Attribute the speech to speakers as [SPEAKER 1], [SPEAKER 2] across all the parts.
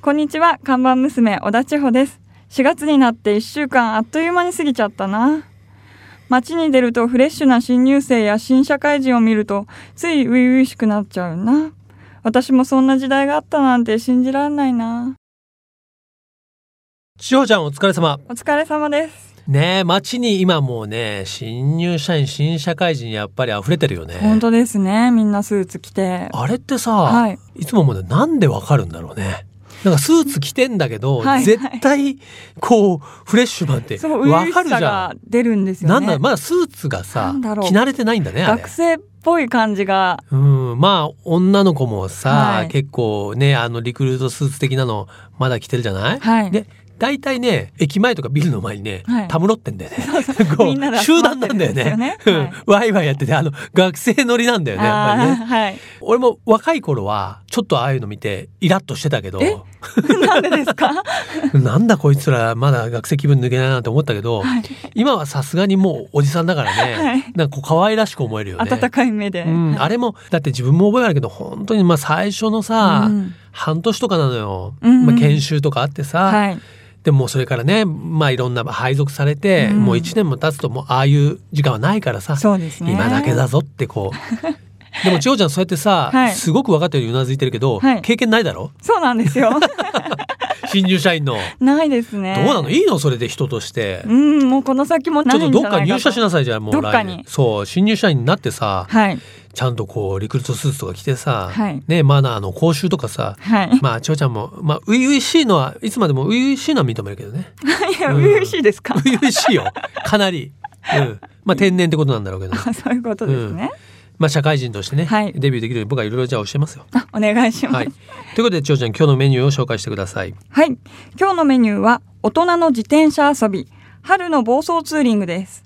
[SPEAKER 1] こんにちは看板娘小田千穂です4月になって1週間あっという間に過ぎちゃったな街に出るとフレッシュな新入生や新社会人を見るとつい初々しくなっちゃうな私もそんな時代があったなんて信じられないな
[SPEAKER 2] 千穂ちゃんお疲れ様
[SPEAKER 1] お疲れ様です
[SPEAKER 2] ねえ街に今もうね新入社員新社会人やっぱり溢れてるよね
[SPEAKER 1] 本当ですねみんなスーツ着て
[SPEAKER 2] あれってさ、
[SPEAKER 1] はい
[SPEAKER 2] い、つももうなんでわかるんだろうねなんかスーツ着てんだけど、
[SPEAKER 1] はいはい
[SPEAKER 2] 絶対こうフレッシュマンって
[SPEAKER 1] そう初
[SPEAKER 2] わ
[SPEAKER 1] 々
[SPEAKER 2] か
[SPEAKER 1] し
[SPEAKER 2] るじ
[SPEAKER 1] さ
[SPEAKER 2] ゃ
[SPEAKER 1] が
[SPEAKER 2] ん
[SPEAKER 1] 出るんですよね
[SPEAKER 2] なんだろうまだスーツがさ
[SPEAKER 1] なんだろう
[SPEAKER 2] 着慣れてないんだねあれ
[SPEAKER 1] 学生っぽい感じが
[SPEAKER 2] うん、まあ女の子もさ、
[SPEAKER 1] はい
[SPEAKER 2] 結構ねあのリクルートスーツ的なのまだ着てるじゃない、
[SPEAKER 1] はい
[SPEAKER 2] で大体ね駅前とかビルの前にね、
[SPEAKER 1] はい
[SPEAKER 2] たむろってんだよねこう
[SPEAKER 1] みんなで集
[SPEAKER 2] 集
[SPEAKER 1] まっ
[SPEAKER 2] 団
[SPEAKER 1] て
[SPEAKER 2] な
[SPEAKER 1] る
[SPEAKER 2] ん
[SPEAKER 1] ん
[SPEAKER 2] だよ
[SPEAKER 1] ですよ
[SPEAKER 2] ね
[SPEAKER 1] ね、
[SPEAKER 2] うん
[SPEAKER 1] はい
[SPEAKER 2] ワイワイやっててあの学生乗りなんだよねやっぱり
[SPEAKER 1] あ
[SPEAKER 2] ね
[SPEAKER 1] ーはい
[SPEAKER 2] 俺も若い頃はちょっとああいうの見てイラッとしてたけど
[SPEAKER 1] えなんでです か
[SPEAKER 2] なんだこいつらまだ学生気分抜けないなと思ったけど、
[SPEAKER 1] はい
[SPEAKER 2] 今はさすがにもうおじさんだからね、
[SPEAKER 1] はい
[SPEAKER 2] なんかこう可愛らしく思えるよね
[SPEAKER 1] 温かい目で、
[SPEAKER 2] うん、あれもだって自分も覚えがあるけど本当にまあ最初のさ、
[SPEAKER 1] うん
[SPEAKER 2] 半年とかなのよ、
[SPEAKER 1] うんうん
[SPEAKER 2] まあ、研修とかあってさ、
[SPEAKER 1] はい
[SPEAKER 2] でもうそれからね、まあ、いろんな配属されて、
[SPEAKER 1] うん
[SPEAKER 2] もう1年も経つともうああいう時間はないからさ、
[SPEAKER 1] そうですね
[SPEAKER 2] 今だけだぞってこ うでも千代ちゃんそうやってさ、
[SPEAKER 1] はい
[SPEAKER 2] すごく分かってるようにうなずいてるけど、
[SPEAKER 1] はい
[SPEAKER 2] 経験ないだろ
[SPEAKER 1] そうなん ですよ
[SPEAKER 2] 新入社員 の。
[SPEAKER 1] ないですね
[SPEAKER 2] どうなのいいのそれで人として。
[SPEAKER 1] うんもうこの先も
[SPEAKER 2] ち
[SPEAKER 1] な
[SPEAKER 2] ょっ
[SPEAKER 1] い
[SPEAKER 2] と
[SPEAKER 1] んじゃ
[SPEAKER 2] どっ
[SPEAKER 1] ない
[SPEAKER 2] か
[SPEAKER 1] か
[SPEAKER 2] 入社しな
[SPEAKER 1] さ
[SPEAKER 2] さいじゃあもう
[SPEAKER 1] どっか
[SPEAKER 2] 来
[SPEAKER 1] に
[SPEAKER 2] 年そう新入社員になってさ、
[SPEAKER 1] はい
[SPEAKER 2] ちゃんとこうリクルートスーツとか着てさ、
[SPEAKER 1] はい
[SPEAKER 2] ねマナーの講習とかさ、
[SPEAKER 1] はい、
[SPEAKER 2] まあ千代ちゃんもまあ初々しいのはいつまでも初々しいのは認めるけどね
[SPEAKER 1] いや
[SPEAKER 2] うん
[SPEAKER 1] 初々しいですか
[SPEAKER 2] 初々しいよかなり、うん、まあ天然ってことなんだろうけど、
[SPEAKER 1] あそういうことですね、
[SPEAKER 2] まあ社会人としてね、
[SPEAKER 1] はい
[SPEAKER 2] デビューできるように僕はいろいろじゃあ教えますよ。
[SPEAKER 1] あお願いします
[SPEAKER 2] は
[SPEAKER 1] はいい、、
[SPEAKER 2] ということで千代ちゃん今日のメニューを紹介してください。
[SPEAKER 1] 今日のメニューは大人の自転車遊び春の暴走ツーリングです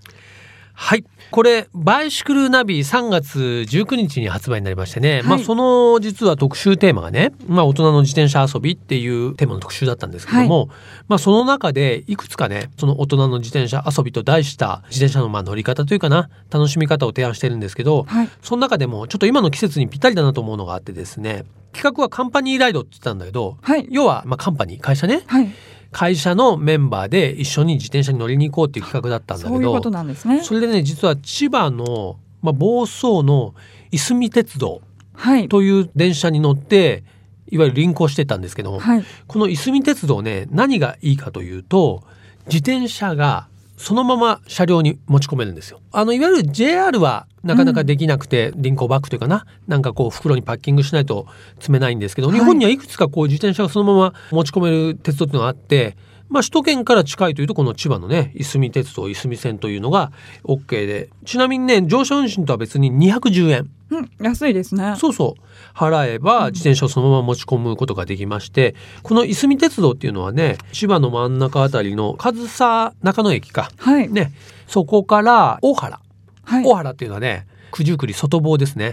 [SPEAKER 2] はい。これ、バイシクルナビ3月19日に発売になりましてね、
[SPEAKER 1] い
[SPEAKER 2] まあその実は特集テーマがね、まあ大人の自転車遊びっていうテーマの特集だったんですけども、まあその中でいくつかね、その大人の自転車遊びと題した自転車のまあ乗り方というかな、楽しみ方を提案してるんですけど、
[SPEAKER 1] はい
[SPEAKER 2] その中でもちょっと今の季節にぴったりだなと思うのがあってですね、企画はカンパニーライドって言ってたんだけど、
[SPEAKER 1] はい
[SPEAKER 2] 要はまあカンパニー、会社ね、
[SPEAKER 1] はい
[SPEAKER 2] 会社のメンバーで一緒に自転車に乗りに行こうっていう企画だったんだけど、
[SPEAKER 1] そういうことなんですね
[SPEAKER 2] それでね実は千葉の、まあ、房総のいすみ鉄道
[SPEAKER 1] はい
[SPEAKER 2] という電車に乗っていわゆる輪行してたんですけども、
[SPEAKER 1] はい
[SPEAKER 2] このいすみ鉄道ね何がいいかというと自転車がそのまま車両に持ち込めるんですよ。あのいわゆる JR はなかなかできなくて、輪行バッグというかななんかこう袋にパッキングしないと積めないんですけど、
[SPEAKER 1] はい
[SPEAKER 2] 日本にはいくつかこう自転車がそのまま持ち込める鉄道っていうのがあって。まあ、首都圏から近いというとこの千葉のねいすみ鉄道いすみ線というのが OK でちなみにね乗車運賃とは別に210円
[SPEAKER 1] うん安いですね
[SPEAKER 2] そうそう払えば自転車をそのまま持ち込むことができまして、このいすみ鉄道っていうのはね千葉の真ん中あたりの上総中野駅か
[SPEAKER 1] はい
[SPEAKER 2] ねそこから大原、
[SPEAKER 1] はい
[SPEAKER 2] 大原っていうのはね九十九里外房ですね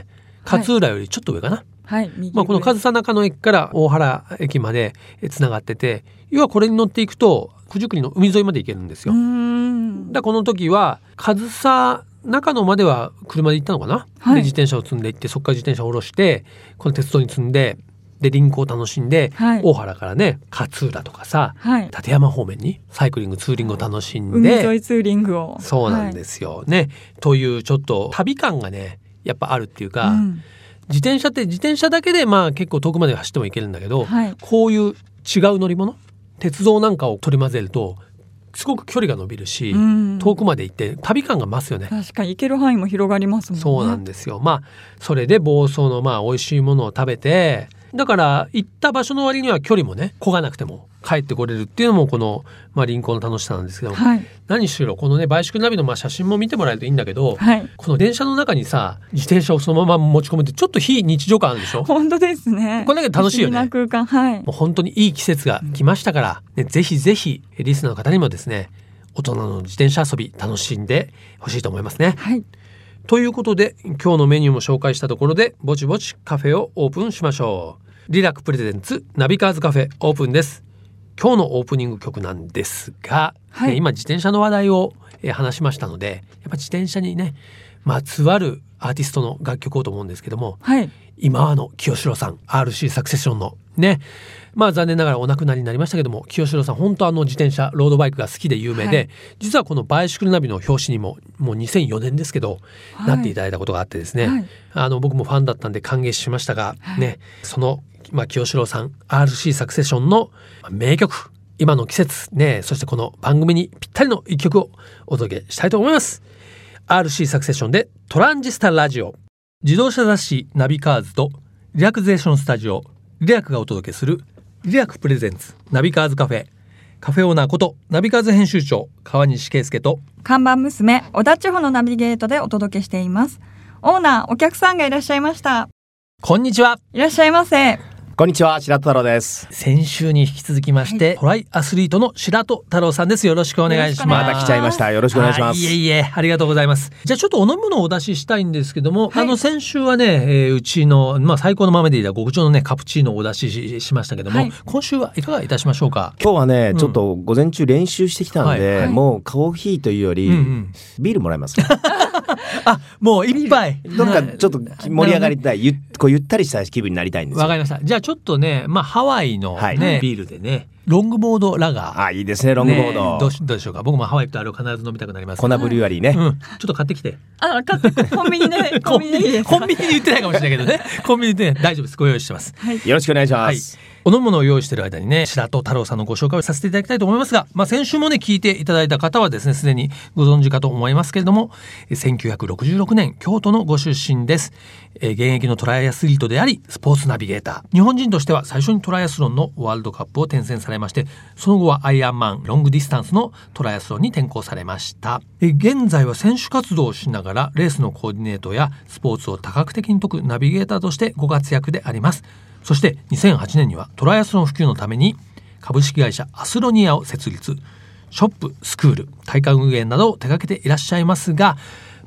[SPEAKER 1] はい
[SPEAKER 2] 勝浦よりちょっと上かな、
[SPEAKER 1] はい右
[SPEAKER 2] まあ、この上総中野駅から大原駅までつながってて要はこれに乗っていくと九十九里の海沿いまで行けるんです
[SPEAKER 1] う
[SPEAKER 2] よ。
[SPEAKER 1] ーん
[SPEAKER 2] だからこの時は上総中野までは車で行ったのかな、
[SPEAKER 1] はい
[SPEAKER 2] で自転車を積んで行ってそこから自転車を下ろしてこの鉄道に積んでで輪行を楽しんで、
[SPEAKER 1] はい
[SPEAKER 2] 大原からね勝浦とかさ
[SPEAKER 1] はい
[SPEAKER 2] 立山方面にサイクリングツーリングを楽しん
[SPEAKER 1] 海
[SPEAKER 2] で、
[SPEAKER 1] 沿いツーリングを、
[SPEAKER 2] そうなんですすよ、ね。というちょっと旅感がねやっぱあるっていう
[SPEAKER 1] は
[SPEAKER 2] か、
[SPEAKER 1] いうん
[SPEAKER 2] 自転車って自転車だけでまあ結構遠くまで走っても行けるんだけど、
[SPEAKER 1] はい
[SPEAKER 2] こういう違う乗り物鉄道なんかを取り混ぜるとすごく距離が伸びるし。
[SPEAKER 1] うん
[SPEAKER 2] 遠くまで行って旅感が増すよね。
[SPEAKER 1] 確かに行ける範囲も広がりますもんね
[SPEAKER 2] そうなんですよ。まあそれで房総のまあ美味しいものを食べてだから行った場所の割には距離もね焦がなくても帰ってこれるっていうのもこの、まあ、輪行の楽しさなんですけど、
[SPEAKER 1] はい
[SPEAKER 2] 何しろこのねバイシクルナビのまあ写真も見てもらえるといいんだけど、
[SPEAKER 1] はい
[SPEAKER 2] この電車の中にさ自転車をそのまま持ち込むってちょっと非日常感あるでしょ
[SPEAKER 1] 本当ですね
[SPEAKER 2] これだけで楽しいよね
[SPEAKER 1] 不思議な空間はい
[SPEAKER 2] もう本当にいい季節が来ましたから、ね、ぜひぜひリスナーの方にもですね大人の自転車遊び楽しんでほしいと思いますね。
[SPEAKER 1] はい
[SPEAKER 2] ということで今日のメニューも紹介したところでぼちぼちカフェをオープンしましょうリラックプレゼンツナビカーズカフェオープンです今日のオープニング曲なんですが、
[SPEAKER 1] はい
[SPEAKER 2] ね今自転車の話題をえー話しましたのでやっぱ自転車にねまつわるアーティストの楽曲をと思うんですけども
[SPEAKER 1] はい
[SPEAKER 2] 今和の清志郎さん RC サクセションのねまあ残念ながらお亡くなりになりましたけども清志郎さん本当あの自転車ロードバイクが好きで有名で、
[SPEAKER 1] はい
[SPEAKER 2] 実はこの「バイシクルナビ」の表紙にももう2004年ですけど、
[SPEAKER 1] はい
[SPEAKER 2] なっていただいたことがあってですね、
[SPEAKER 1] はい
[SPEAKER 2] あの僕もファンだったんで歓迎しましたが、
[SPEAKER 1] はい
[SPEAKER 2] ねその、まあ、清志郎さん RC サクセションのまあ名曲今の季節ねそしてこの番組にぴったりの一曲をお届けしたいと思います RC サクセションで「トランジスタラジオ」自動車雑誌ナビカーズとリラクゼーションスタジオリラクがお届けするリラクプレゼンツナビカーズカフェカフェオーナーことナビカーズ編集長川西圭介と
[SPEAKER 1] 看板娘小田地方のナビゲートでお届けしていますオーナーお客さんがいらっしゃいました
[SPEAKER 2] こんにちはい
[SPEAKER 1] らっしゃいませ
[SPEAKER 3] こんにちは、白田太郎です。
[SPEAKER 2] 先週に引き続きまして、トライアスリートの白戸太郎さんですよろしくお願いし
[SPEAKER 1] ま
[SPEAKER 2] ま
[SPEAKER 3] ますた来ちゃいました。よろしくお願いします。
[SPEAKER 2] あいえいえ、ありがとうございます。じゃあちょっとお飲み物をお出ししたいんですけども、
[SPEAKER 1] はい
[SPEAKER 2] あの先週はね、えーうちの、まあ最高の豆でいた極上のね、カプチーノをお出しししましたけども、
[SPEAKER 1] はい
[SPEAKER 2] 今週はいかがいたしましょうか
[SPEAKER 3] 今日はね、
[SPEAKER 2] うん
[SPEAKER 3] ちょっと午前中練習してきたんで、
[SPEAKER 1] はい
[SPEAKER 3] もうコーヒーというより、
[SPEAKER 2] うんうん
[SPEAKER 3] ビールもらえますか
[SPEAKER 2] あ、もう一杯。
[SPEAKER 3] どっ かちょっと盛り上がりたい、ゆっこうゆったりした気分になりたいんです
[SPEAKER 2] わか
[SPEAKER 3] よ。
[SPEAKER 2] りました。じゃあちょっとね、まあハワイのね、
[SPEAKER 3] はい
[SPEAKER 2] ビールでね、ロングボードラガー。
[SPEAKER 3] あ、いいですね、ロングボー
[SPEAKER 2] ね
[SPEAKER 3] ド。
[SPEAKER 2] どうしどうでしょうか僕もハワイ行くとあれを必ず飲みたくなります。
[SPEAKER 3] コナブリュアリーね。
[SPEAKER 2] うん。ちょっと買ってきて。
[SPEAKER 1] あ買ってコンビニでコンビニでいいですか
[SPEAKER 2] コンビニで言ってないかもしれないけどね。コンビニで大丈夫です。ご用意してます。
[SPEAKER 3] よろしくお願いしま
[SPEAKER 2] はい
[SPEAKER 3] す。。
[SPEAKER 2] お飲むものを用意している間にね、白戸太郎さんのご紹介をさせていただきたいと思いますが、まあ、先週もね、聞いていただいた方はですね、すでにご存知かと思いますけれども、えー1966年、京都のご出身です。えー現役のトライアスリートであり、スポーツナビゲーター。日本人としては最初にトライアスロンのワールドカップを転戦されまして、その後はアイアンマン、ロングディスタンスのトライアスロンに転向されました。えー現在は選手活動をしながら、レースのコーディネートやスポーツを多角的に解くナビゲーターとしてご活躍であります。そして2008年にはトライアスロン普及のために株式会社アスロニアを設立ショップスクール大会運営などを手掛けていらっしゃいますが、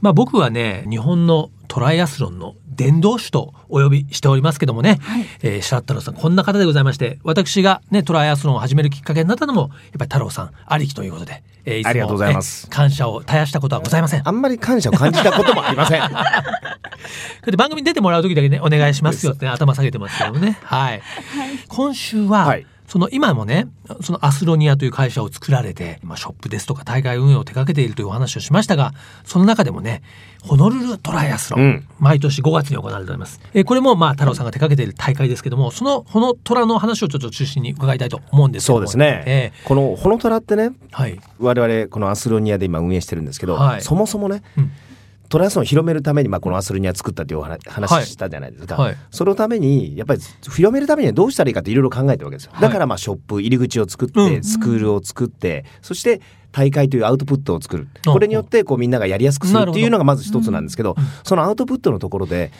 [SPEAKER 2] まあ、僕はね日本のトライアスロンの伝道師とお呼びしておりますけどもね、えー白太郎さんこんな方でございまして私が、ね、トライアスロンを始めるきっかけになったのもやっぱり太郎さんありきということで、えーいつも
[SPEAKER 3] ありがとうございます
[SPEAKER 2] えー感謝を絶やしたことはございません
[SPEAKER 3] あんまり感謝を感じたこともあり ません。は
[SPEAKER 2] それで番組に出てもらう時だけねお願いしますよってね、頭下げてますけども ね、はい、今週は、
[SPEAKER 3] はい
[SPEAKER 2] その今もねそのアスロニアという会社を作られて、まあ、ショップですとか大会運営を手掛けているというお話をしましたがその中でもねホノルルトライアスロン、
[SPEAKER 3] うん
[SPEAKER 2] 毎年5月に行われております、えーこれもまあ太郎さんが手掛けている大会ですけどもそのホノトラの話をちょっと中心に伺いたいと思うんですけど
[SPEAKER 3] そう
[SPEAKER 2] も
[SPEAKER 3] ですね。
[SPEAKER 2] え
[SPEAKER 3] このホノトラってね、
[SPEAKER 2] ーはい、
[SPEAKER 3] 我々このアスロニアで今運営してるんですけど、
[SPEAKER 2] はい
[SPEAKER 3] そもそもね、
[SPEAKER 2] うん
[SPEAKER 3] トライアスロンを広めるために、まあ、このアスロニア作ったというお話
[SPEAKER 2] はい
[SPEAKER 3] 話したじゃないですか、
[SPEAKER 2] はい
[SPEAKER 3] そのためにやっぱり広めるためにはどうしたらいいかっていろいろ考えたわけですよ
[SPEAKER 2] はい
[SPEAKER 3] だからまあショップ入り口を作って、
[SPEAKER 2] うん
[SPEAKER 3] スクールを作ってそして大会というアウトプットを作る
[SPEAKER 2] うん
[SPEAKER 3] これによってこうみんながやりやすくするっていうのがまず一つなんですけど
[SPEAKER 2] うん
[SPEAKER 3] そのアウトプットのところで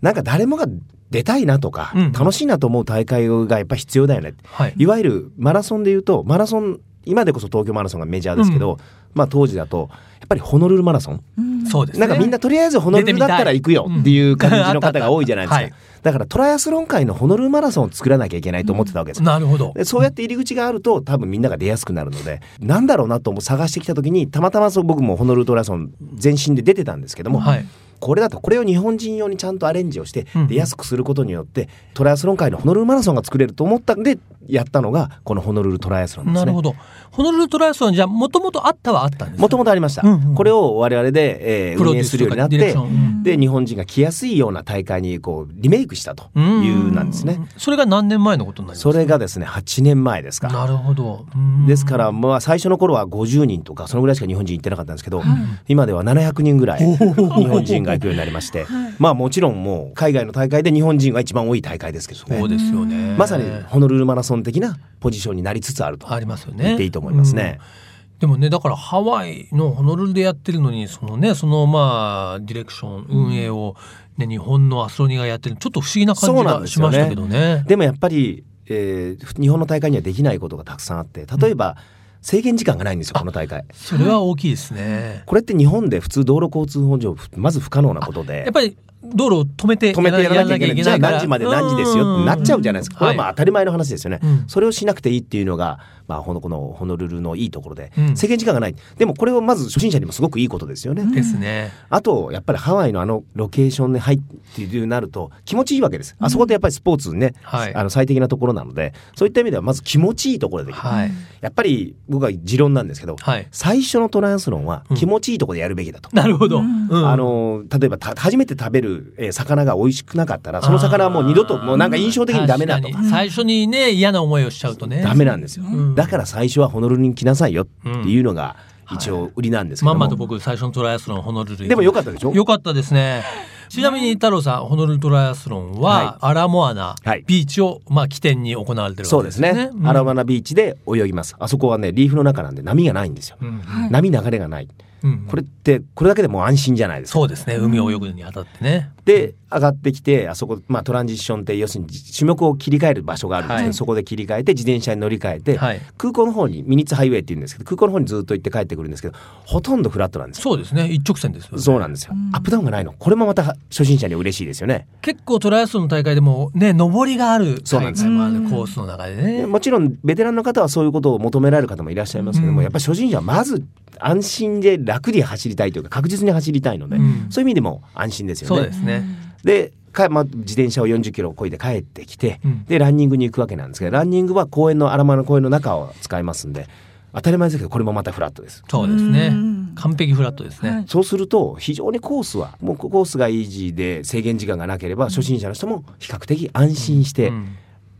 [SPEAKER 3] なんか誰もが出たいなとか、
[SPEAKER 2] うん
[SPEAKER 3] 楽しいなと思う大会がやっぱ必要だよね
[SPEAKER 2] はい、
[SPEAKER 3] いわゆるマラソンで言うとマラソン今でこそ東京マラソンがメジャーですけど、まあ当時だとやっぱりホノルルマラソン、
[SPEAKER 1] うん
[SPEAKER 2] そうですね
[SPEAKER 3] なんかみんなとりあえずホノルルだったら行くよっていう感じの方が多いじゃないですか、
[SPEAKER 2] うんあった
[SPEAKER 3] だからトライアスロン界のホノルルマラソンを作らなきゃいけないと思ってたわけですよ、
[SPEAKER 2] なるほど
[SPEAKER 3] でそうやって入り口があると多分みんなが出やすくなるのでなんだろうなと思う探してきた時にたまたまそう僕もホノルルトライアスロン全身で出てたんですけども、
[SPEAKER 2] はい
[SPEAKER 3] これだとこれを日本人用にちゃんとアレンジをして
[SPEAKER 2] うん
[SPEAKER 3] 出やすくすることによってトライアスロン界のホノルルマラソンが作れると思ったんでやったのがこのホノルルトライアスロンですね。
[SPEAKER 2] なるほどホノルルトライアスロンじゃもともとあったはあったんですか
[SPEAKER 3] もともとありました、
[SPEAKER 2] うんうん
[SPEAKER 3] これを我々で、えー、運営するようになっ
[SPEAKER 2] プロデュースとかディレク
[SPEAKER 3] て
[SPEAKER 2] ションうん
[SPEAKER 3] で日本人が来やすいような大会にこうリメイクしたというなんですね。。
[SPEAKER 2] それが何年前のことになります
[SPEAKER 3] それがですね8年前ですか
[SPEAKER 2] なるほど。うん
[SPEAKER 3] ですから、まあ、最初の頃は50人とかそのぐらいしか日本人行ってなかったんですけど、
[SPEAKER 1] ん
[SPEAKER 3] 今では700人ぐらい日本人が行くようになりまして、まあもちろんもう海外の大会で日本人が一番多い大会ですけど
[SPEAKER 2] そう
[SPEAKER 3] ね
[SPEAKER 2] ですよね。
[SPEAKER 3] まさにホノルルマラソン的なポジションになりつつあると
[SPEAKER 2] ありますよね。
[SPEAKER 3] 言っていいと思いますね。
[SPEAKER 2] うん。でもねだからハワイのホノルルでやってるのにそのねそのまあディレクション運営を、ね日本のアスロニがやってるちょっと不思議な感じ
[SPEAKER 3] そうなん
[SPEAKER 2] が
[SPEAKER 3] です
[SPEAKER 2] し
[SPEAKER 3] よ
[SPEAKER 2] ま
[SPEAKER 3] ね
[SPEAKER 2] したけどね。
[SPEAKER 3] でもやっぱり、えー日本の大会にはできないことがたくさんあって例えば制限時間がないんですよこの大会。
[SPEAKER 2] それは大きいですね。
[SPEAKER 3] これって日本で普通道路交通法上まず不可能なこと
[SPEAKER 2] や
[SPEAKER 3] で
[SPEAKER 2] っぱり道路を止めて
[SPEAKER 3] 止めてやらなきゃいけないじゃあ
[SPEAKER 2] から
[SPEAKER 3] 何時まで何時ですよってなっちゃうじゃないですか、これはまあ
[SPEAKER 2] はい
[SPEAKER 3] 当たり前の話ですよね、
[SPEAKER 2] うん
[SPEAKER 3] それをしなくていいっていうのが、まあ、ほのこのホノルルのいいところで、
[SPEAKER 2] うん
[SPEAKER 3] 制限時間がないでもこれをまず初心者にもすごくいいことですよね、
[SPEAKER 1] うん
[SPEAKER 2] ですね。
[SPEAKER 3] あとやっぱりハワイのあのロケーションに入っているようになると気持ちいいわけですあそこでやっぱりスポーツね、
[SPEAKER 2] はい
[SPEAKER 3] あの最適なところなのでそういった意味ではまず気持ちいいところでできる、
[SPEAKER 2] はい
[SPEAKER 3] やっぱり僕は持論なんですけど、
[SPEAKER 2] はい。
[SPEAKER 3] 最初のトライアスロンは気持ちいいところでやるべきだと。
[SPEAKER 2] なるほど。
[SPEAKER 1] うん
[SPEAKER 2] うん
[SPEAKER 3] あの例えばた初めて食べる、えー魚が美味しくなかったらその魚はもう二度ともうなんか印象的にダメだと
[SPEAKER 2] 確かに最初にね嫌な思いをしちゃうとね
[SPEAKER 3] ダメなんですよ、
[SPEAKER 2] うん
[SPEAKER 3] だから最初はホノルルに来なさいよっていうのが一応売りなんですけ
[SPEAKER 2] ま
[SPEAKER 3] ど
[SPEAKER 2] ん
[SPEAKER 3] も、
[SPEAKER 2] まと僕最初のトライアスロンホノルル
[SPEAKER 3] でも良
[SPEAKER 2] かっ
[SPEAKER 3] かったでしょ
[SPEAKER 2] よかったですねちなみに太郎さんホノルルトライアスロンは、アラモアナ
[SPEAKER 3] はい
[SPEAKER 2] ビーチを、まあ、起点に行われてる
[SPEAKER 3] そ
[SPEAKER 2] わ
[SPEAKER 3] う
[SPEAKER 2] け
[SPEAKER 3] で
[SPEAKER 2] ですすよね
[SPEAKER 3] ね、アラ
[SPEAKER 2] ア
[SPEAKER 3] バナビーチで泳ぎますあそこはねリーフの中なんで波がないんですよ、
[SPEAKER 2] うん
[SPEAKER 1] はい
[SPEAKER 3] 波流れがない
[SPEAKER 2] うん
[SPEAKER 3] これってこれだけでもう安心じゃないですか
[SPEAKER 2] そうですね海を泳ぐにあたってね
[SPEAKER 3] で上がってきてあそこ、まあ、トランジションって要するに種目を切り替える場所があるんですけど、
[SPEAKER 2] はい
[SPEAKER 3] そこで切り替えて自転車に乗り換えて、
[SPEAKER 2] はい
[SPEAKER 3] 空港の方にミニッツハイウェイって言うんですけど空港の方にずっと行って帰ってくるんですけどほとんどフラットなんですよ
[SPEAKER 2] そうですね一直線ですよね
[SPEAKER 3] そうなんですよ、
[SPEAKER 1] うん
[SPEAKER 3] アップダウンがないのこれもまた初心者には嬉しいですよね
[SPEAKER 2] 結構トライアスロンの大会でもね上りがある
[SPEAKER 3] そうなんです
[SPEAKER 1] よ
[SPEAKER 2] 大会もあるコースの中でね
[SPEAKER 3] でもちろんベテランの方はそういうことを求められる方もいらっしゃいますけども、
[SPEAKER 2] うん
[SPEAKER 3] やっぱり初心者はまず安心で楽に走りたいというか確実に走りたいので、
[SPEAKER 2] うん
[SPEAKER 3] そういう意味でも安心ですよね
[SPEAKER 2] そうですね、
[SPEAKER 3] でか、まあ、自転車を40キロ漕いで帰ってきて、
[SPEAKER 2] うん
[SPEAKER 3] でランニングに行くわけなんですけどランニングは公園の荒間の公園の中を使いますんで当たり前ですけどこれもまたフラットです。
[SPEAKER 2] そうですね
[SPEAKER 1] うん
[SPEAKER 2] 完璧フラットですね、
[SPEAKER 1] はい
[SPEAKER 3] そうすると非常にコースはもうコースがイージーで制限時間がなければ初心者の人も比較的安心して
[SPEAKER 2] うん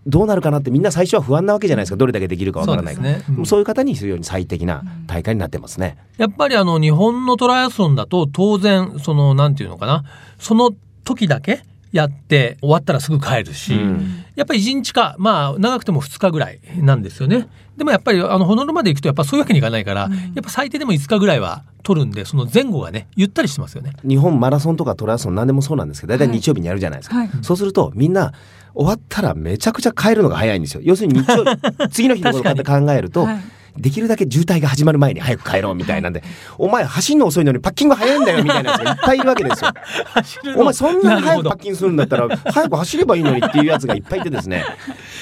[SPEAKER 3] どうなるかなってみんな最初は不安なわけじゃないですかどれだけできるかわからない
[SPEAKER 2] そ
[SPEAKER 3] か
[SPEAKER 2] う
[SPEAKER 3] ら
[SPEAKER 2] ですねうん
[SPEAKER 3] そういう方に非常に最適な大会になってますね。
[SPEAKER 2] やっぱりあの日本のトライアスロンだと当然そのなんていうのかなその時だけやって終わったらすぐ帰るし、
[SPEAKER 3] うん
[SPEAKER 2] やっぱり1日かまあ長くても2日ぐらいなんですよねでもやっぱりあのホノルルまで行くとやっぱそういうわけにいかないから、やっぱ最低でも5日ぐらいは取るんでその前後がねゆったりしてますよね
[SPEAKER 3] 日本マラソンとかトライアスロン何でもそうなんですけど大体
[SPEAKER 1] はい
[SPEAKER 3] 日曜日にやるじゃないですか、
[SPEAKER 1] はい
[SPEAKER 3] そうするとみんな終わったらめちゃくちゃ帰るのが早いんですよ要するに日曜日次の日のこと
[SPEAKER 2] 確
[SPEAKER 3] 考えると、
[SPEAKER 1] はい
[SPEAKER 3] できるだけ渋滞が始まる前に早く帰ろうみたいなんで「お前走るの遅いのにパッキング早いんだよ」みたいなやつがいっぱいいるわけですよ。
[SPEAKER 2] 走るの
[SPEAKER 3] お前そんなに
[SPEAKER 2] る
[SPEAKER 3] 早
[SPEAKER 2] ほ
[SPEAKER 3] く
[SPEAKER 2] ど
[SPEAKER 3] パッキングするんだっ たら早く走ればいいのにっていうやつがいっぱいいてですね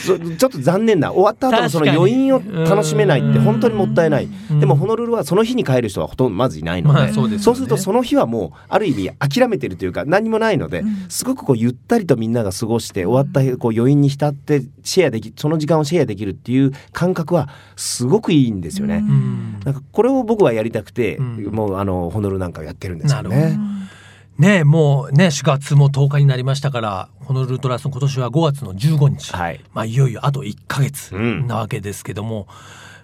[SPEAKER 3] そちょっと残念な終わった後のその余韻を楽しめないって本当にもったいない
[SPEAKER 2] ん
[SPEAKER 3] でもホノルルはその日に帰る人はほとんどまずいないので,、
[SPEAKER 2] まあそうですよね
[SPEAKER 3] するとその日はもうある意味諦めてるというか何もないので
[SPEAKER 1] うん
[SPEAKER 3] すごくこうゆったりとみんなが過ごして終わった日こう余韻に浸ってシェアできその時間をシェアできるっていう感覚はすごくいいんですよね。
[SPEAKER 1] うん
[SPEAKER 2] うん
[SPEAKER 3] なんかこれを僕はやりたくて、
[SPEAKER 2] うん
[SPEAKER 3] もうあのホノルルなんかやってるんです
[SPEAKER 2] な
[SPEAKER 3] よ
[SPEAKER 2] る
[SPEAKER 3] ね。
[SPEAKER 2] ねえもうね4月も10日になりましたからホノルルトライアスロン今年は5月の15日、
[SPEAKER 3] はい。
[SPEAKER 2] まあ、いよいよあと1ヶ月
[SPEAKER 3] うん
[SPEAKER 2] なわけですけども、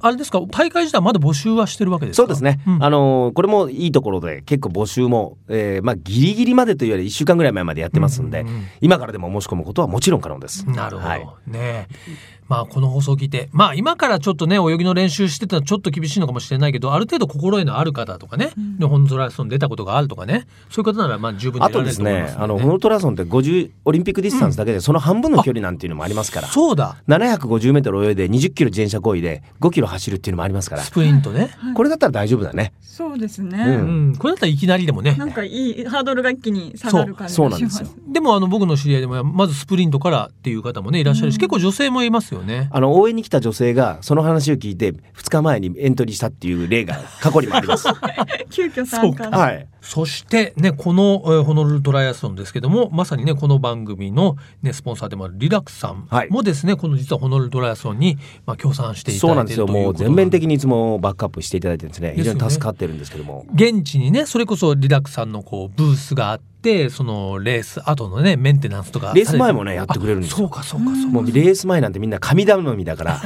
[SPEAKER 2] あれですか大会自体はまだ募集はしてるわけですか
[SPEAKER 3] そうですね、
[SPEAKER 2] ん
[SPEAKER 3] あのーこれもいいところで結構募集も、えーまあ、ギリギリまでというより1週間ぐらい前までやってますんで、
[SPEAKER 2] うんうんうん
[SPEAKER 3] 今からでも申し込むことはもちろん可能です。
[SPEAKER 2] なるほど、
[SPEAKER 3] はい
[SPEAKER 2] ねえまあこの放送を聞いてまあ今からちょっとね泳ぎの練習してたらちょっと厳しいのかもしれないけどある程度心得のある方とかね、日本トライアスロン出たことがあるとかねそういう方ならまあ十分にや
[SPEAKER 3] あ
[SPEAKER 2] ら
[SPEAKER 3] と
[SPEAKER 2] れ
[SPEAKER 3] で
[SPEAKER 2] ると
[SPEAKER 3] す
[SPEAKER 2] 思い
[SPEAKER 3] ね
[SPEAKER 2] ます
[SPEAKER 3] あ
[SPEAKER 2] の
[SPEAKER 3] の
[SPEAKER 2] で
[SPEAKER 3] ホノルルトラソンって50オリンピックディスタンスだけでその半分の距離なんていうのもありますから、
[SPEAKER 2] そうだ
[SPEAKER 3] 750メートル泳いで20キロ自転車こいで5キロ走るっていうのもありますから
[SPEAKER 2] ス、プリントね、
[SPEAKER 3] これだったら大丈夫だね。
[SPEAKER 1] そうです
[SPEAKER 2] う
[SPEAKER 1] ね、
[SPEAKER 2] ん、これだったらいきなりでもね
[SPEAKER 1] なんかいいハードルが一気に下がる感じ
[SPEAKER 3] そう
[SPEAKER 1] が
[SPEAKER 3] なん
[SPEAKER 1] し
[SPEAKER 3] で
[SPEAKER 1] ますす
[SPEAKER 3] よ。
[SPEAKER 2] でもあの僕の知り合いでもまずスプリントからっていう方もねいらっしゃるし、結構女性もいますよね
[SPEAKER 3] あの応援に来た女性がその話を聞いて2日前にエントリーしたっていう例が過去にもあ ります。は
[SPEAKER 1] 急遽参加
[SPEAKER 3] い。
[SPEAKER 2] そしてねこの、えーホノルルトライアスロンですけどもまさにねこの番組の、ね、スポンサーでもあるリラックスさん
[SPEAKER 3] はい
[SPEAKER 2] もですね、この実はホノルルトライアスロンに、まあ、協賛していた
[SPEAKER 3] そうな
[SPEAKER 2] だ
[SPEAKER 3] ん
[SPEAKER 2] い
[SPEAKER 3] で
[SPEAKER 2] てい
[SPEAKER 3] す
[SPEAKER 2] る
[SPEAKER 3] よ。
[SPEAKER 2] という
[SPEAKER 3] も
[SPEAKER 2] こ
[SPEAKER 3] う
[SPEAKER 2] と
[SPEAKER 3] 全面的にいつもバックアップしていただいてですね、非常
[SPEAKER 2] ですよ
[SPEAKER 3] に
[SPEAKER 2] ね
[SPEAKER 3] 助かってるんですけども。
[SPEAKER 2] 現地にねそれこそリラックスさんのこうブースがあってそのレース後のねメンテナンスとか
[SPEAKER 3] レース前もねやってくれるんです
[SPEAKER 2] あそ
[SPEAKER 3] よ
[SPEAKER 2] うかそうかそうか
[SPEAKER 3] もうレース前なんてみんな神頼みだから、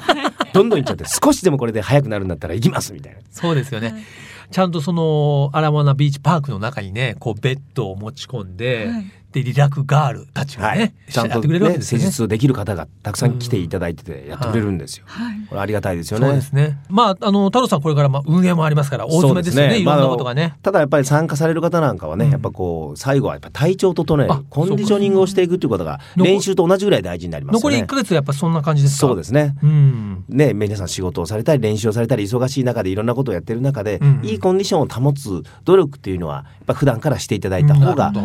[SPEAKER 3] どんどん行っちゃって、少しでもこれで速くなるんだったら行きますみたいな。
[SPEAKER 2] そうですよね、ちゃんとそのアラモアナビーチパークの中にねこうベッドを持ち込んで、
[SPEAKER 1] はい
[SPEAKER 2] でリラクガールたちがね、
[SPEAKER 3] ちゃん
[SPEAKER 2] やっ
[SPEAKER 3] と
[SPEAKER 2] てくれるわけ
[SPEAKER 3] ね、
[SPEAKER 2] です
[SPEAKER 3] 施
[SPEAKER 2] よね
[SPEAKER 3] 術をできる方がたくさん来ていただいてて、やってくれるんですよ。
[SPEAKER 1] はい
[SPEAKER 3] これありがたいですよ
[SPEAKER 2] そうで
[SPEAKER 3] ね。
[SPEAKER 2] すね。まあ、あの、太郎さん、これから、まあ、運営もありますから、大詰めですよね。いろんなことが
[SPEAKER 3] ま
[SPEAKER 2] ね
[SPEAKER 3] あ。ただやっぱり参加される方なんかはね、やっぱこう最後はやっぱ体調を整える
[SPEAKER 2] あ
[SPEAKER 3] コンディショニングをしていくということが
[SPEAKER 2] そうか
[SPEAKER 3] 練習と同じぐらい大事になります
[SPEAKER 2] 残
[SPEAKER 3] よ
[SPEAKER 2] り
[SPEAKER 3] ね。
[SPEAKER 2] 1ヶ月、やっぱそんな感じですか。
[SPEAKER 3] そうですすね。
[SPEAKER 2] うん。
[SPEAKER 3] ね、皆さん仕事をされたり練習をされたり忙しい中でいろんなことをやってる中で、
[SPEAKER 2] うんうん
[SPEAKER 3] いいコンディションを保つ努力っていうのはやっぱ普段からしていただいた方
[SPEAKER 2] なるほ
[SPEAKER 3] が
[SPEAKER 2] ど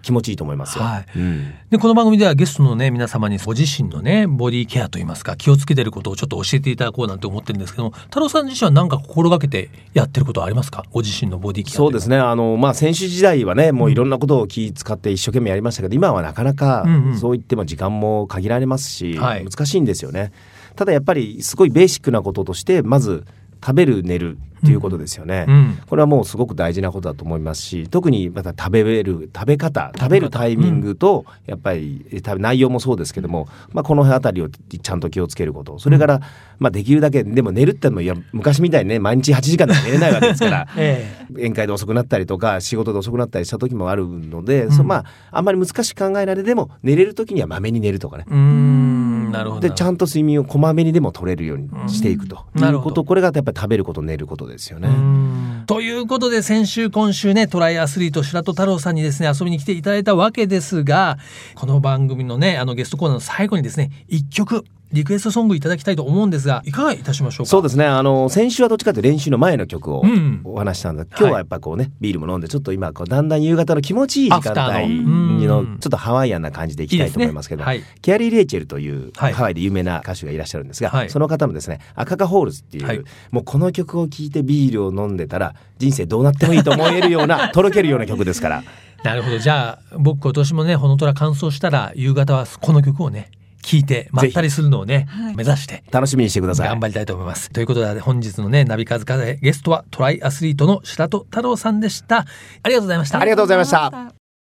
[SPEAKER 3] 気持ちいいと思いますよ。
[SPEAKER 2] はい
[SPEAKER 3] うん
[SPEAKER 2] でこの番組ではゲストのね皆様にご自身のねボディケアといいますか気をつけてることをちょっと教えていただこうなんて思ってるんですけども太郎さん自身は何か心がけてやってることはありますかご自身のボディケア
[SPEAKER 3] そうですすね。あの、まあ、選手時代はね、もういろんなことを気使って一生懸命やりましたけど、今はなかなか
[SPEAKER 2] うんうん、
[SPEAKER 3] そう言っても時間も限られますし、
[SPEAKER 2] はい
[SPEAKER 3] 難しいんですよね。ただやっぱり、すごいベーシックなこととして、まず、食べる、寝るっていうことですよね。
[SPEAKER 2] うん
[SPEAKER 3] これはもうすごく大事なことだと思いますし特にまた食べる食べ方食べるタイミングとやっぱりえ食べ内容もそうですけども、まあ、この辺あたりをちゃんと気をつけることそれから、まあ、できるだけでも寝るってのもいや昔みたいにね毎日8時間でも寝れないわけですから
[SPEAKER 2] ええ
[SPEAKER 3] 宴会で遅くなったりとか仕事で遅くなったりした時もあるので、
[SPEAKER 2] ん
[SPEAKER 3] そまああんまり難しく考えられても寝れる時にはまめに寝るとかね
[SPEAKER 2] うーんなるほど
[SPEAKER 3] でちゃんと睡眠をこまめにでも取れるようにしていくと
[SPEAKER 2] うん
[SPEAKER 3] い
[SPEAKER 2] なる
[SPEAKER 3] う
[SPEAKER 2] ほ
[SPEAKER 3] こと、
[SPEAKER 2] ど
[SPEAKER 3] これがやっぱり食べること寝ることですよね。
[SPEAKER 2] うんということで先週今週ねトライアスリート白戸太郎さんにですね遊びに来ていただいたわけですがこの番組のねあのゲストコーナーの最後にですね一曲リクエストソングいただきたいと思うんですがいかがいたしましょうか
[SPEAKER 3] そうですね。あの先週はどっちかというと練習の前の曲を
[SPEAKER 2] うん
[SPEAKER 3] お話ししたんだ。今日はやっぱこうね、ビールも飲んでちょっと今こうだんだん夕方の気持ちいい時間
[SPEAKER 2] アフター
[SPEAKER 3] 帯
[SPEAKER 2] の
[SPEAKER 3] に
[SPEAKER 2] う
[SPEAKER 3] の
[SPEAKER 2] ん
[SPEAKER 3] ちょっとハワイアンな感じでいきたいと思いますけど、
[SPEAKER 2] いいですね
[SPEAKER 3] キャリー・レイチェルという
[SPEAKER 2] は
[SPEAKER 3] ハ
[SPEAKER 2] い
[SPEAKER 3] ワイで有名な歌手がいらっしゃるんですが、
[SPEAKER 2] はい
[SPEAKER 3] その方のですね、アカカホールズっていう、
[SPEAKER 2] はい
[SPEAKER 3] もうこの曲を聴いてビールを飲んでたら人生どうなってもいいと思えるよ うなとろけるような曲ですから。
[SPEAKER 2] なるほど。じゃあ、僕今年もね、ほのとら完走したら、夕方はこの曲をね、聴いて、まったりするのをね
[SPEAKER 1] はい、
[SPEAKER 2] 目指して。
[SPEAKER 3] 楽しみにしてください。
[SPEAKER 2] 頑張りたいと思います。ということで、本日のね、ナビカズカでゲストはトライアスリートの白戸太郎さんでした。ありがとうございました。
[SPEAKER 3] ありがとうございました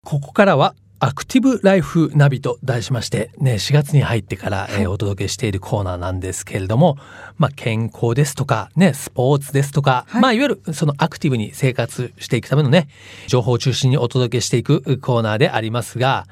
[SPEAKER 2] ここからはアクティブライフナビと題しまして、ね、4月に入ってから、えーお届けしているコーナーなんですけれども、まあ、健康ですとか、ね、スポーツですとか、
[SPEAKER 1] はい
[SPEAKER 2] まあ、いわゆるそのアクティブに生活していくためのね、情報を中心にお届けしていくコーナーでありますが、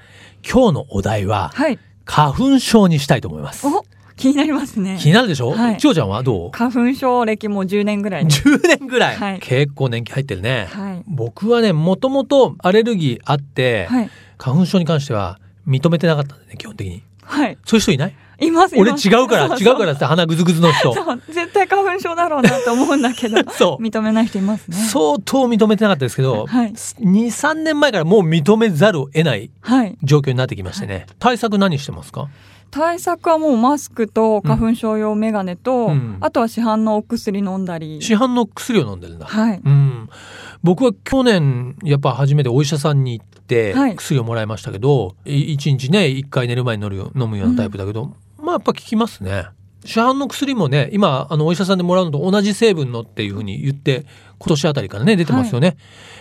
[SPEAKER 2] 今日のお題は、
[SPEAKER 1] はい
[SPEAKER 2] 花粉症にしたいと思います。
[SPEAKER 1] お気になりますね
[SPEAKER 2] 気になるでしょ、
[SPEAKER 1] はい
[SPEAKER 2] 千代ちゃんはどう
[SPEAKER 1] 花粉症歴もう10年ぐらいです
[SPEAKER 2] 10年ぐらい、
[SPEAKER 1] はい
[SPEAKER 2] 結構年季入ってるね、
[SPEAKER 1] はい
[SPEAKER 2] 僕はねもともとアレルギーあって、
[SPEAKER 1] はい
[SPEAKER 2] 花粉症に関しては認めてなかったんだよね基本的に
[SPEAKER 1] はい
[SPEAKER 2] そういう人いない
[SPEAKER 1] いますい
[SPEAKER 2] 俺
[SPEAKER 1] ま
[SPEAKER 2] 違
[SPEAKER 1] す
[SPEAKER 2] うから
[SPEAKER 1] そ
[SPEAKER 2] 違うからって鼻ぐずぐずの人
[SPEAKER 1] そう絶対花粉症だろうなと思うんだけど
[SPEAKER 2] そう
[SPEAKER 1] 認めない人いますね
[SPEAKER 2] 相当認めてなかったですけど、
[SPEAKER 1] はい
[SPEAKER 2] 23年前からもう認めざるを得ない
[SPEAKER 1] はい
[SPEAKER 2] 状況になってきましてね、対策何してますか
[SPEAKER 1] 対策はもうマスクと花粉症用メガネと、
[SPEAKER 2] うん
[SPEAKER 1] あとは市販のお薬飲んだり
[SPEAKER 2] 市販の薬を飲んでるんだ、
[SPEAKER 1] はい
[SPEAKER 2] うん、僕は去年やっぱ初めてお医者さんに行って
[SPEAKER 1] はい
[SPEAKER 2] 薬をもらいましたけど、い一1日ね1回寝る前に飲るよ飲むようなタイプだけど、まあやっぱ効きますね市販の薬もね今あのお医者さんでもらうのと同じ成分のっていうふうに言って今年あたりからね出てますよね、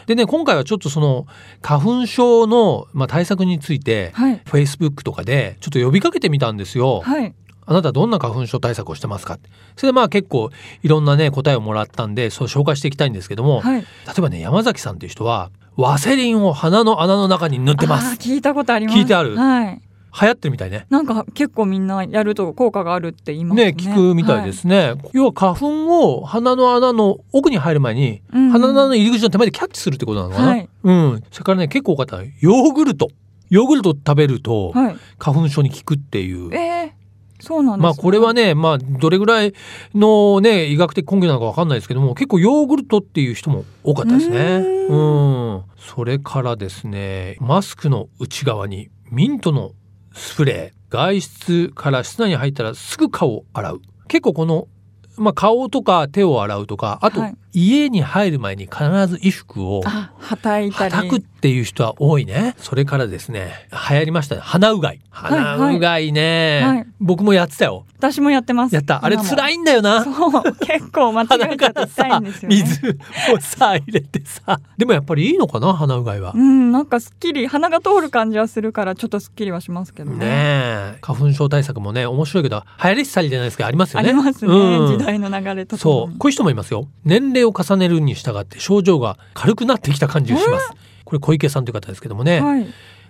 [SPEAKER 2] でね今回はちょっとその花粉症の、まあ、対策について、
[SPEAKER 1] はい
[SPEAKER 2] Facebook とかでちょっと呼びかけてみたんですよ、
[SPEAKER 1] はい
[SPEAKER 2] あなたどんな花粉症対策をしてますかってそれでまあ結構いろんなね答えをもらったんでそう紹介していきたいんですけども、
[SPEAKER 1] はい
[SPEAKER 2] 例えばね山崎さんっていう人はワセリンを鼻の穴の中に塗ってま
[SPEAKER 1] あー
[SPEAKER 2] す
[SPEAKER 1] 聞いたことあります
[SPEAKER 2] 聞いてある
[SPEAKER 1] はい
[SPEAKER 2] 流行ってるみたいね
[SPEAKER 1] なんか結構みんなやると効果があるって言いますね
[SPEAKER 2] ね聞くみたいで、すね、要は花粉を鼻の穴の奥に入る前に、
[SPEAKER 1] はいうん
[SPEAKER 2] 鼻の穴の入り口の手前でキャッチするってことなのかな、
[SPEAKER 1] はい
[SPEAKER 2] うんそれからね結構多かったのはヨーグルトヨーグルト食べると
[SPEAKER 1] はい
[SPEAKER 2] 花粉症に効くっていう
[SPEAKER 1] ええそうなんです、
[SPEAKER 2] まあこれはね、まあどれぐらいのね、医学的根拠なのかわかんないですけども、結構ヨーグルトっていう人も多かったですね。
[SPEAKER 1] う
[SPEAKER 2] うん。それからですね、マスクの内側にミントのスプレー、外出から室内に入ったらすぐ顔を洗う。結構この、まあ顔とか手を洗うとか、あと
[SPEAKER 1] はい
[SPEAKER 2] 家に入る前に必ず衣服を
[SPEAKER 1] あはたいた
[SPEAKER 2] は
[SPEAKER 1] り
[SPEAKER 2] たくっていう人は多いね。それからですね、流行りましたね。鼻うがい。
[SPEAKER 1] いはい
[SPEAKER 2] 鼻うがいね。
[SPEAKER 1] はい
[SPEAKER 2] 僕もやってたよ。
[SPEAKER 1] 私もやってます
[SPEAKER 2] やった。あれ
[SPEAKER 1] 今も
[SPEAKER 2] 辛いんだよな。
[SPEAKER 1] そう結構間違
[SPEAKER 2] 鼻
[SPEAKER 1] えちゃ
[SPEAKER 2] か
[SPEAKER 1] ったり
[SPEAKER 2] ら
[SPEAKER 1] した
[SPEAKER 2] さ、
[SPEAKER 1] いんですよね
[SPEAKER 2] 水をさ、入れてさ。でもやっぱりいいのかな、鼻うがいは
[SPEAKER 1] う。んなんかすっきり鼻が通る感じはするからちょっとすっきりはしますけどね
[SPEAKER 2] ねえ。花粉症対策もね、面白いけど、流行りしたりじゃないですか、ありますよ
[SPEAKER 1] あ
[SPEAKER 2] ね。
[SPEAKER 1] りますね、
[SPEAKER 2] うん
[SPEAKER 1] 時代の流れとと
[SPEAKER 2] そ
[SPEAKER 1] も
[SPEAKER 2] う。
[SPEAKER 1] に
[SPEAKER 2] こういう人もいますよ。年齢を重ねるに従って症状が軽くなってきた感じがします。これ小池さんという方ですけどもね。
[SPEAKER 1] はい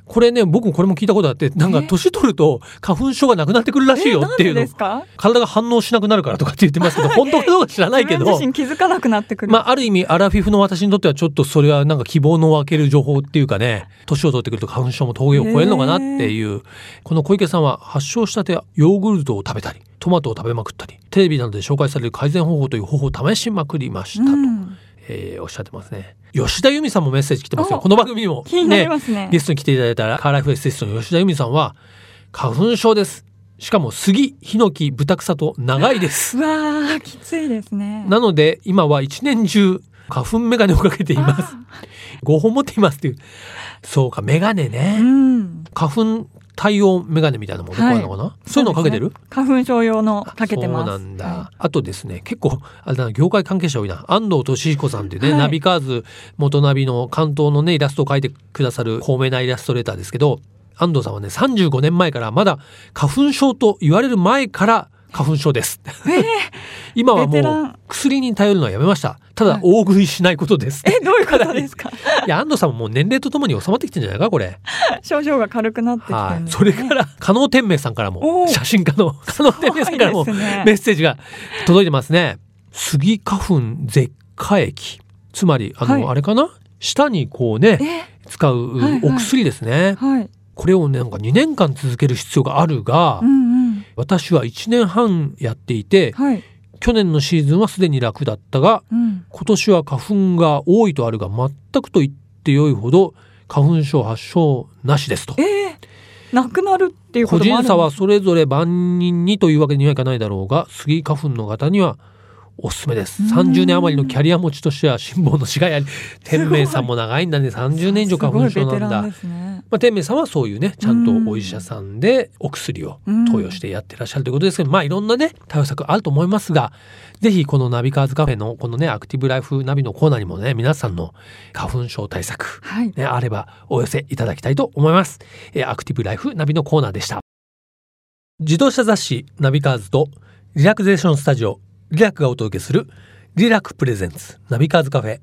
[SPEAKER 2] これね、僕もこれも聞いたことあって、なんか
[SPEAKER 1] え
[SPEAKER 2] 年取ると花粉症がなくなってくるらしいよっていう
[SPEAKER 1] えなんで
[SPEAKER 2] の
[SPEAKER 1] で。すか
[SPEAKER 2] 体が反応しなくなるからとかって言ってますけど、本当かどうか知らないけ
[SPEAKER 1] 自
[SPEAKER 2] ど
[SPEAKER 1] 分。自身気づかなくなってくる、
[SPEAKER 2] まあ、ある意味、アラフィフの私にとっては、ちょっとそれはなんか希望の分ける情報っていうかね、年を取ってくると花粉症も峠を越えるのかなっていう、この小池さんは発症したてはヨーグルトを食べたり、トマトを食べまくったり、テレビなどで紹介される改善方法という方法を試しまくりましたと。
[SPEAKER 1] うん
[SPEAKER 2] えーおっしゃってますね。吉田由美さんもメッセージ来てますよ。
[SPEAKER 1] お
[SPEAKER 2] この番組にも。
[SPEAKER 1] 気になりますね
[SPEAKER 2] ゲストに来ていただいたカーライフエッセイストの吉田由美さんは、花粉症です。しかも杉、ヒノキ、ブタクサと長いで
[SPEAKER 1] う
[SPEAKER 2] す。
[SPEAKER 1] わーきついですね
[SPEAKER 2] なので、今は一年中、花粉メガネをかけています。
[SPEAKER 1] あ
[SPEAKER 2] 5本持っていますっていう。そうか、メガネ
[SPEAKER 1] ー
[SPEAKER 2] ね。
[SPEAKER 1] うん
[SPEAKER 2] 花粉対応メガネみたいなもの、
[SPEAKER 1] はい
[SPEAKER 2] こういうのかなそういうのをかけて
[SPEAKER 1] そ
[SPEAKER 2] る、
[SPEAKER 1] うですね花粉症用の
[SPEAKER 2] あ
[SPEAKER 1] かけてます
[SPEAKER 2] そうなんだ、
[SPEAKER 1] は
[SPEAKER 2] あとですね結構あれだな業界関係者多いな安藤俊彦さんっていうね、
[SPEAKER 1] はい
[SPEAKER 2] ナビカーズ元ナビの関東のねイラストを描いてくださる高名なイラストレーターですけど安藤さんはね35年前からまだ花粉症と言われる前から花粉症です、 今はい
[SPEAKER 1] ベテラ
[SPEAKER 2] もう
[SPEAKER 1] ン
[SPEAKER 2] 薬に頼るのはやめましたた
[SPEAKER 1] は
[SPEAKER 2] だ
[SPEAKER 1] い
[SPEAKER 2] 大食いしないことです、
[SPEAKER 1] えどういうことですか
[SPEAKER 2] いや安藤さんももう年齢とともに収まってきてんじゃないかこれ
[SPEAKER 1] 症状が軽くなってきて
[SPEAKER 2] は
[SPEAKER 1] るん
[SPEAKER 2] い。
[SPEAKER 1] です
[SPEAKER 2] そ れから、加納天明さんから
[SPEAKER 1] お
[SPEAKER 2] も、
[SPEAKER 1] ー
[SPEAKER 2] 写真家の加納天明さんからも
[SPEAKER 1] すごいですね
[SPEAKER 2] メッセージが届いてますね。杉花粉舌下液。つまり、あの、
[SPEAKER 1] はい
[SPEAKER 2] あれかな舌にこうね、
[SPEAKER 1] え
[SPEAKER 2] 使う
[SPEAKER 1] はいはい
[SPEAKER 2] お薬ですね。
[SPEAKER 1] はい
[SPEAKER 2] これをね、なんか2年間続ける必要があるが、
[SPEAKER 1] うんうん
[SPEAKER 2] 私は1年半やっていて、
[SPEAKER 1] はい
[SPEAKER 2] 去年のシーズンはすでに楽だったが、
[SPEAKER 1] うん
[SPEAKER 2] 今年は花粉が多いとあるが、全くと言ってよいほど、花粉症発症なしですと
[SPEAKER 1] え。ー、なくなるっていう
[SPEAKER 2] 個
[SPEAKER 1] こともあ
[SPEAKER 2] 人
[SPEAKER 1] る
[SPEAKER 2] 差はそれぞれ万人にというわけにはいかないだろうが杉花粉の方にはおすすめです
[SPEAKER 1] うん
[SPEAKER 2] 30年余りのキャリア持ちとしては辛抱のし がいあり天明さんも長いんだね30年以上花粉症な
[SPEAKER 1] すごいベテ
[SPEAKER 2] んだ、
[SPEAKER 1] ランで
[SPEAKER 2] ます
[SPEAKER 1] ね
[SPEAKER 2] あ、天明さんはそういうねちゃんとお医者さんでお薬を投与してやってらっしゃるということですけど、まあいろんなね対策あると思いますがぜひこのナビカーズカフェのこのねアクティブライフナビのコーナーにもね皆さんの花粉症対策
[SPEAKER 1] はい
[SPEAKER 2] ね、あればお寄せいただきたいと思います。えーアクティブライフナビのコーナーでした。自動車雑誌ナビカーズとリラクゼーションスタジオリラクがお届けするリラクプレゼンツナビカーズカフェ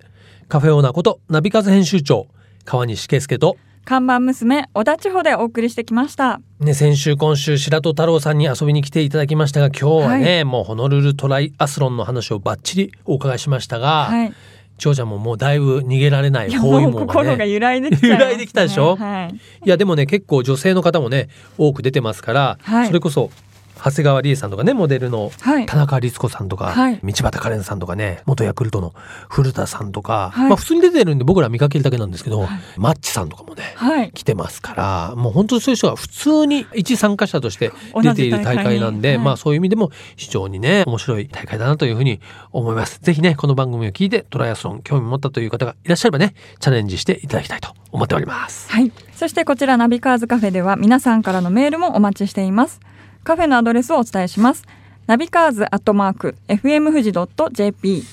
[SPEAKER 2] カフェオーナーことナビカーズ編集長川西圭介と
[SPEAKER 1] 看板娘小田地方でお送りしてきました
[SPEAKER 2] ね、先週今週白戸太郎さんに遊びに来ていただきましたが今日はね、もうホノルルトライアスロンの話をバッチリお伺いしましたが、
[SPEAKER 1] はい
[SPEAKER 2] 千代ちゃんももうだいぶ逃げられない
[SPEAKER 1] いや
[SPEAKER 2] 包囲
[SPEAKER 1] もう
[SPEAKER 2] 網がね
[SPEAKER 1] 心が揺らいできちゃいま
[SPEAKER 2] 揺
[SPEAKER 1] すね
[SPEAKER 2] らいできたでしょ
[SPEAKER 1] はい
[SPEAKER 2] いやでもね結構女性の方もね多く出てますから、
[SPEAKER 1] はい
[SPEAKER 2] それこそ長谷川理恵さんとかねモデルの
[SPEAKER 1] はい
[SPEAKER 2] 田中律子さんとか、
[SPEAKER 1] はい
[SPEAKER 2] 道端カレンさんとかね元ヤクルトの古田さんとか、
[SPEAKER 1] はい
[SPEAKER 2] まあ普通に出てるんで僕ら見かけるだけなんですけど、
[SPEAKER 1] はい
[SPEAKER 2] マッチさんとかもね
[SPEAKER 1] はい
[SPEAKER 2] 来てますからもう本当にそういう人が普通に一参加者として出ている大会なん
[SPEAKER 1] 同じ大会には
[SPEAKER 2] で、
[SPEAKER 1] い
[SPEAKER 2] まあそういう意味でも非常にね面白い大会だなというふうに思います。ぜひねこの番組を聞いてトライアスロン興味持ったという方がいらっしゃればねチャレンジしていただきたいと思っております。
[SPEAKER 1] はいそしてこちらナビカーズカフェでは皆さんからのメールもお待ちしていますカフェのアドレスをお伝えしますナビカーズアットマーク FM 富士 .jp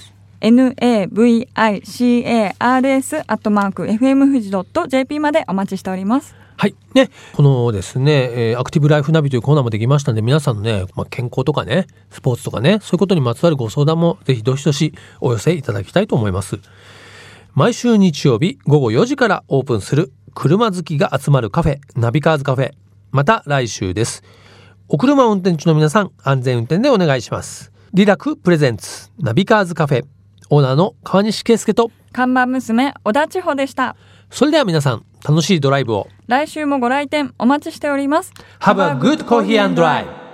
[SPEAKER 1] navicars アットマーク FM 富士 .jp までお待ちしております
[SPEAKER 2] はい。ね、このですね、えーアクティブライフナビというコーナーもできましたんで、皆さんのね、まあ、健康とかね、スポーツとかね、そういうことにまつわるご相談も、ぜひどしどしお寄せいただきたいと思います。毎週日曜日午後4時からオープンする車好きが集まるカフェ、ナビカーズカフェ。また来週です。お車を運転中の皆さん、安全運転でお願いします。リラクプレゼンツ、ナビカーズカフェ。オーナーの川西圭介と、
[SPEAKER 1] 看板娘小田千穂でした
[SPEAKER 2] それでは皆さん、楽しいドライブを。
[SPEAKER 1] 来週もご来店お待ちしております
[SPEAKER 2] Have a good coffee and drive!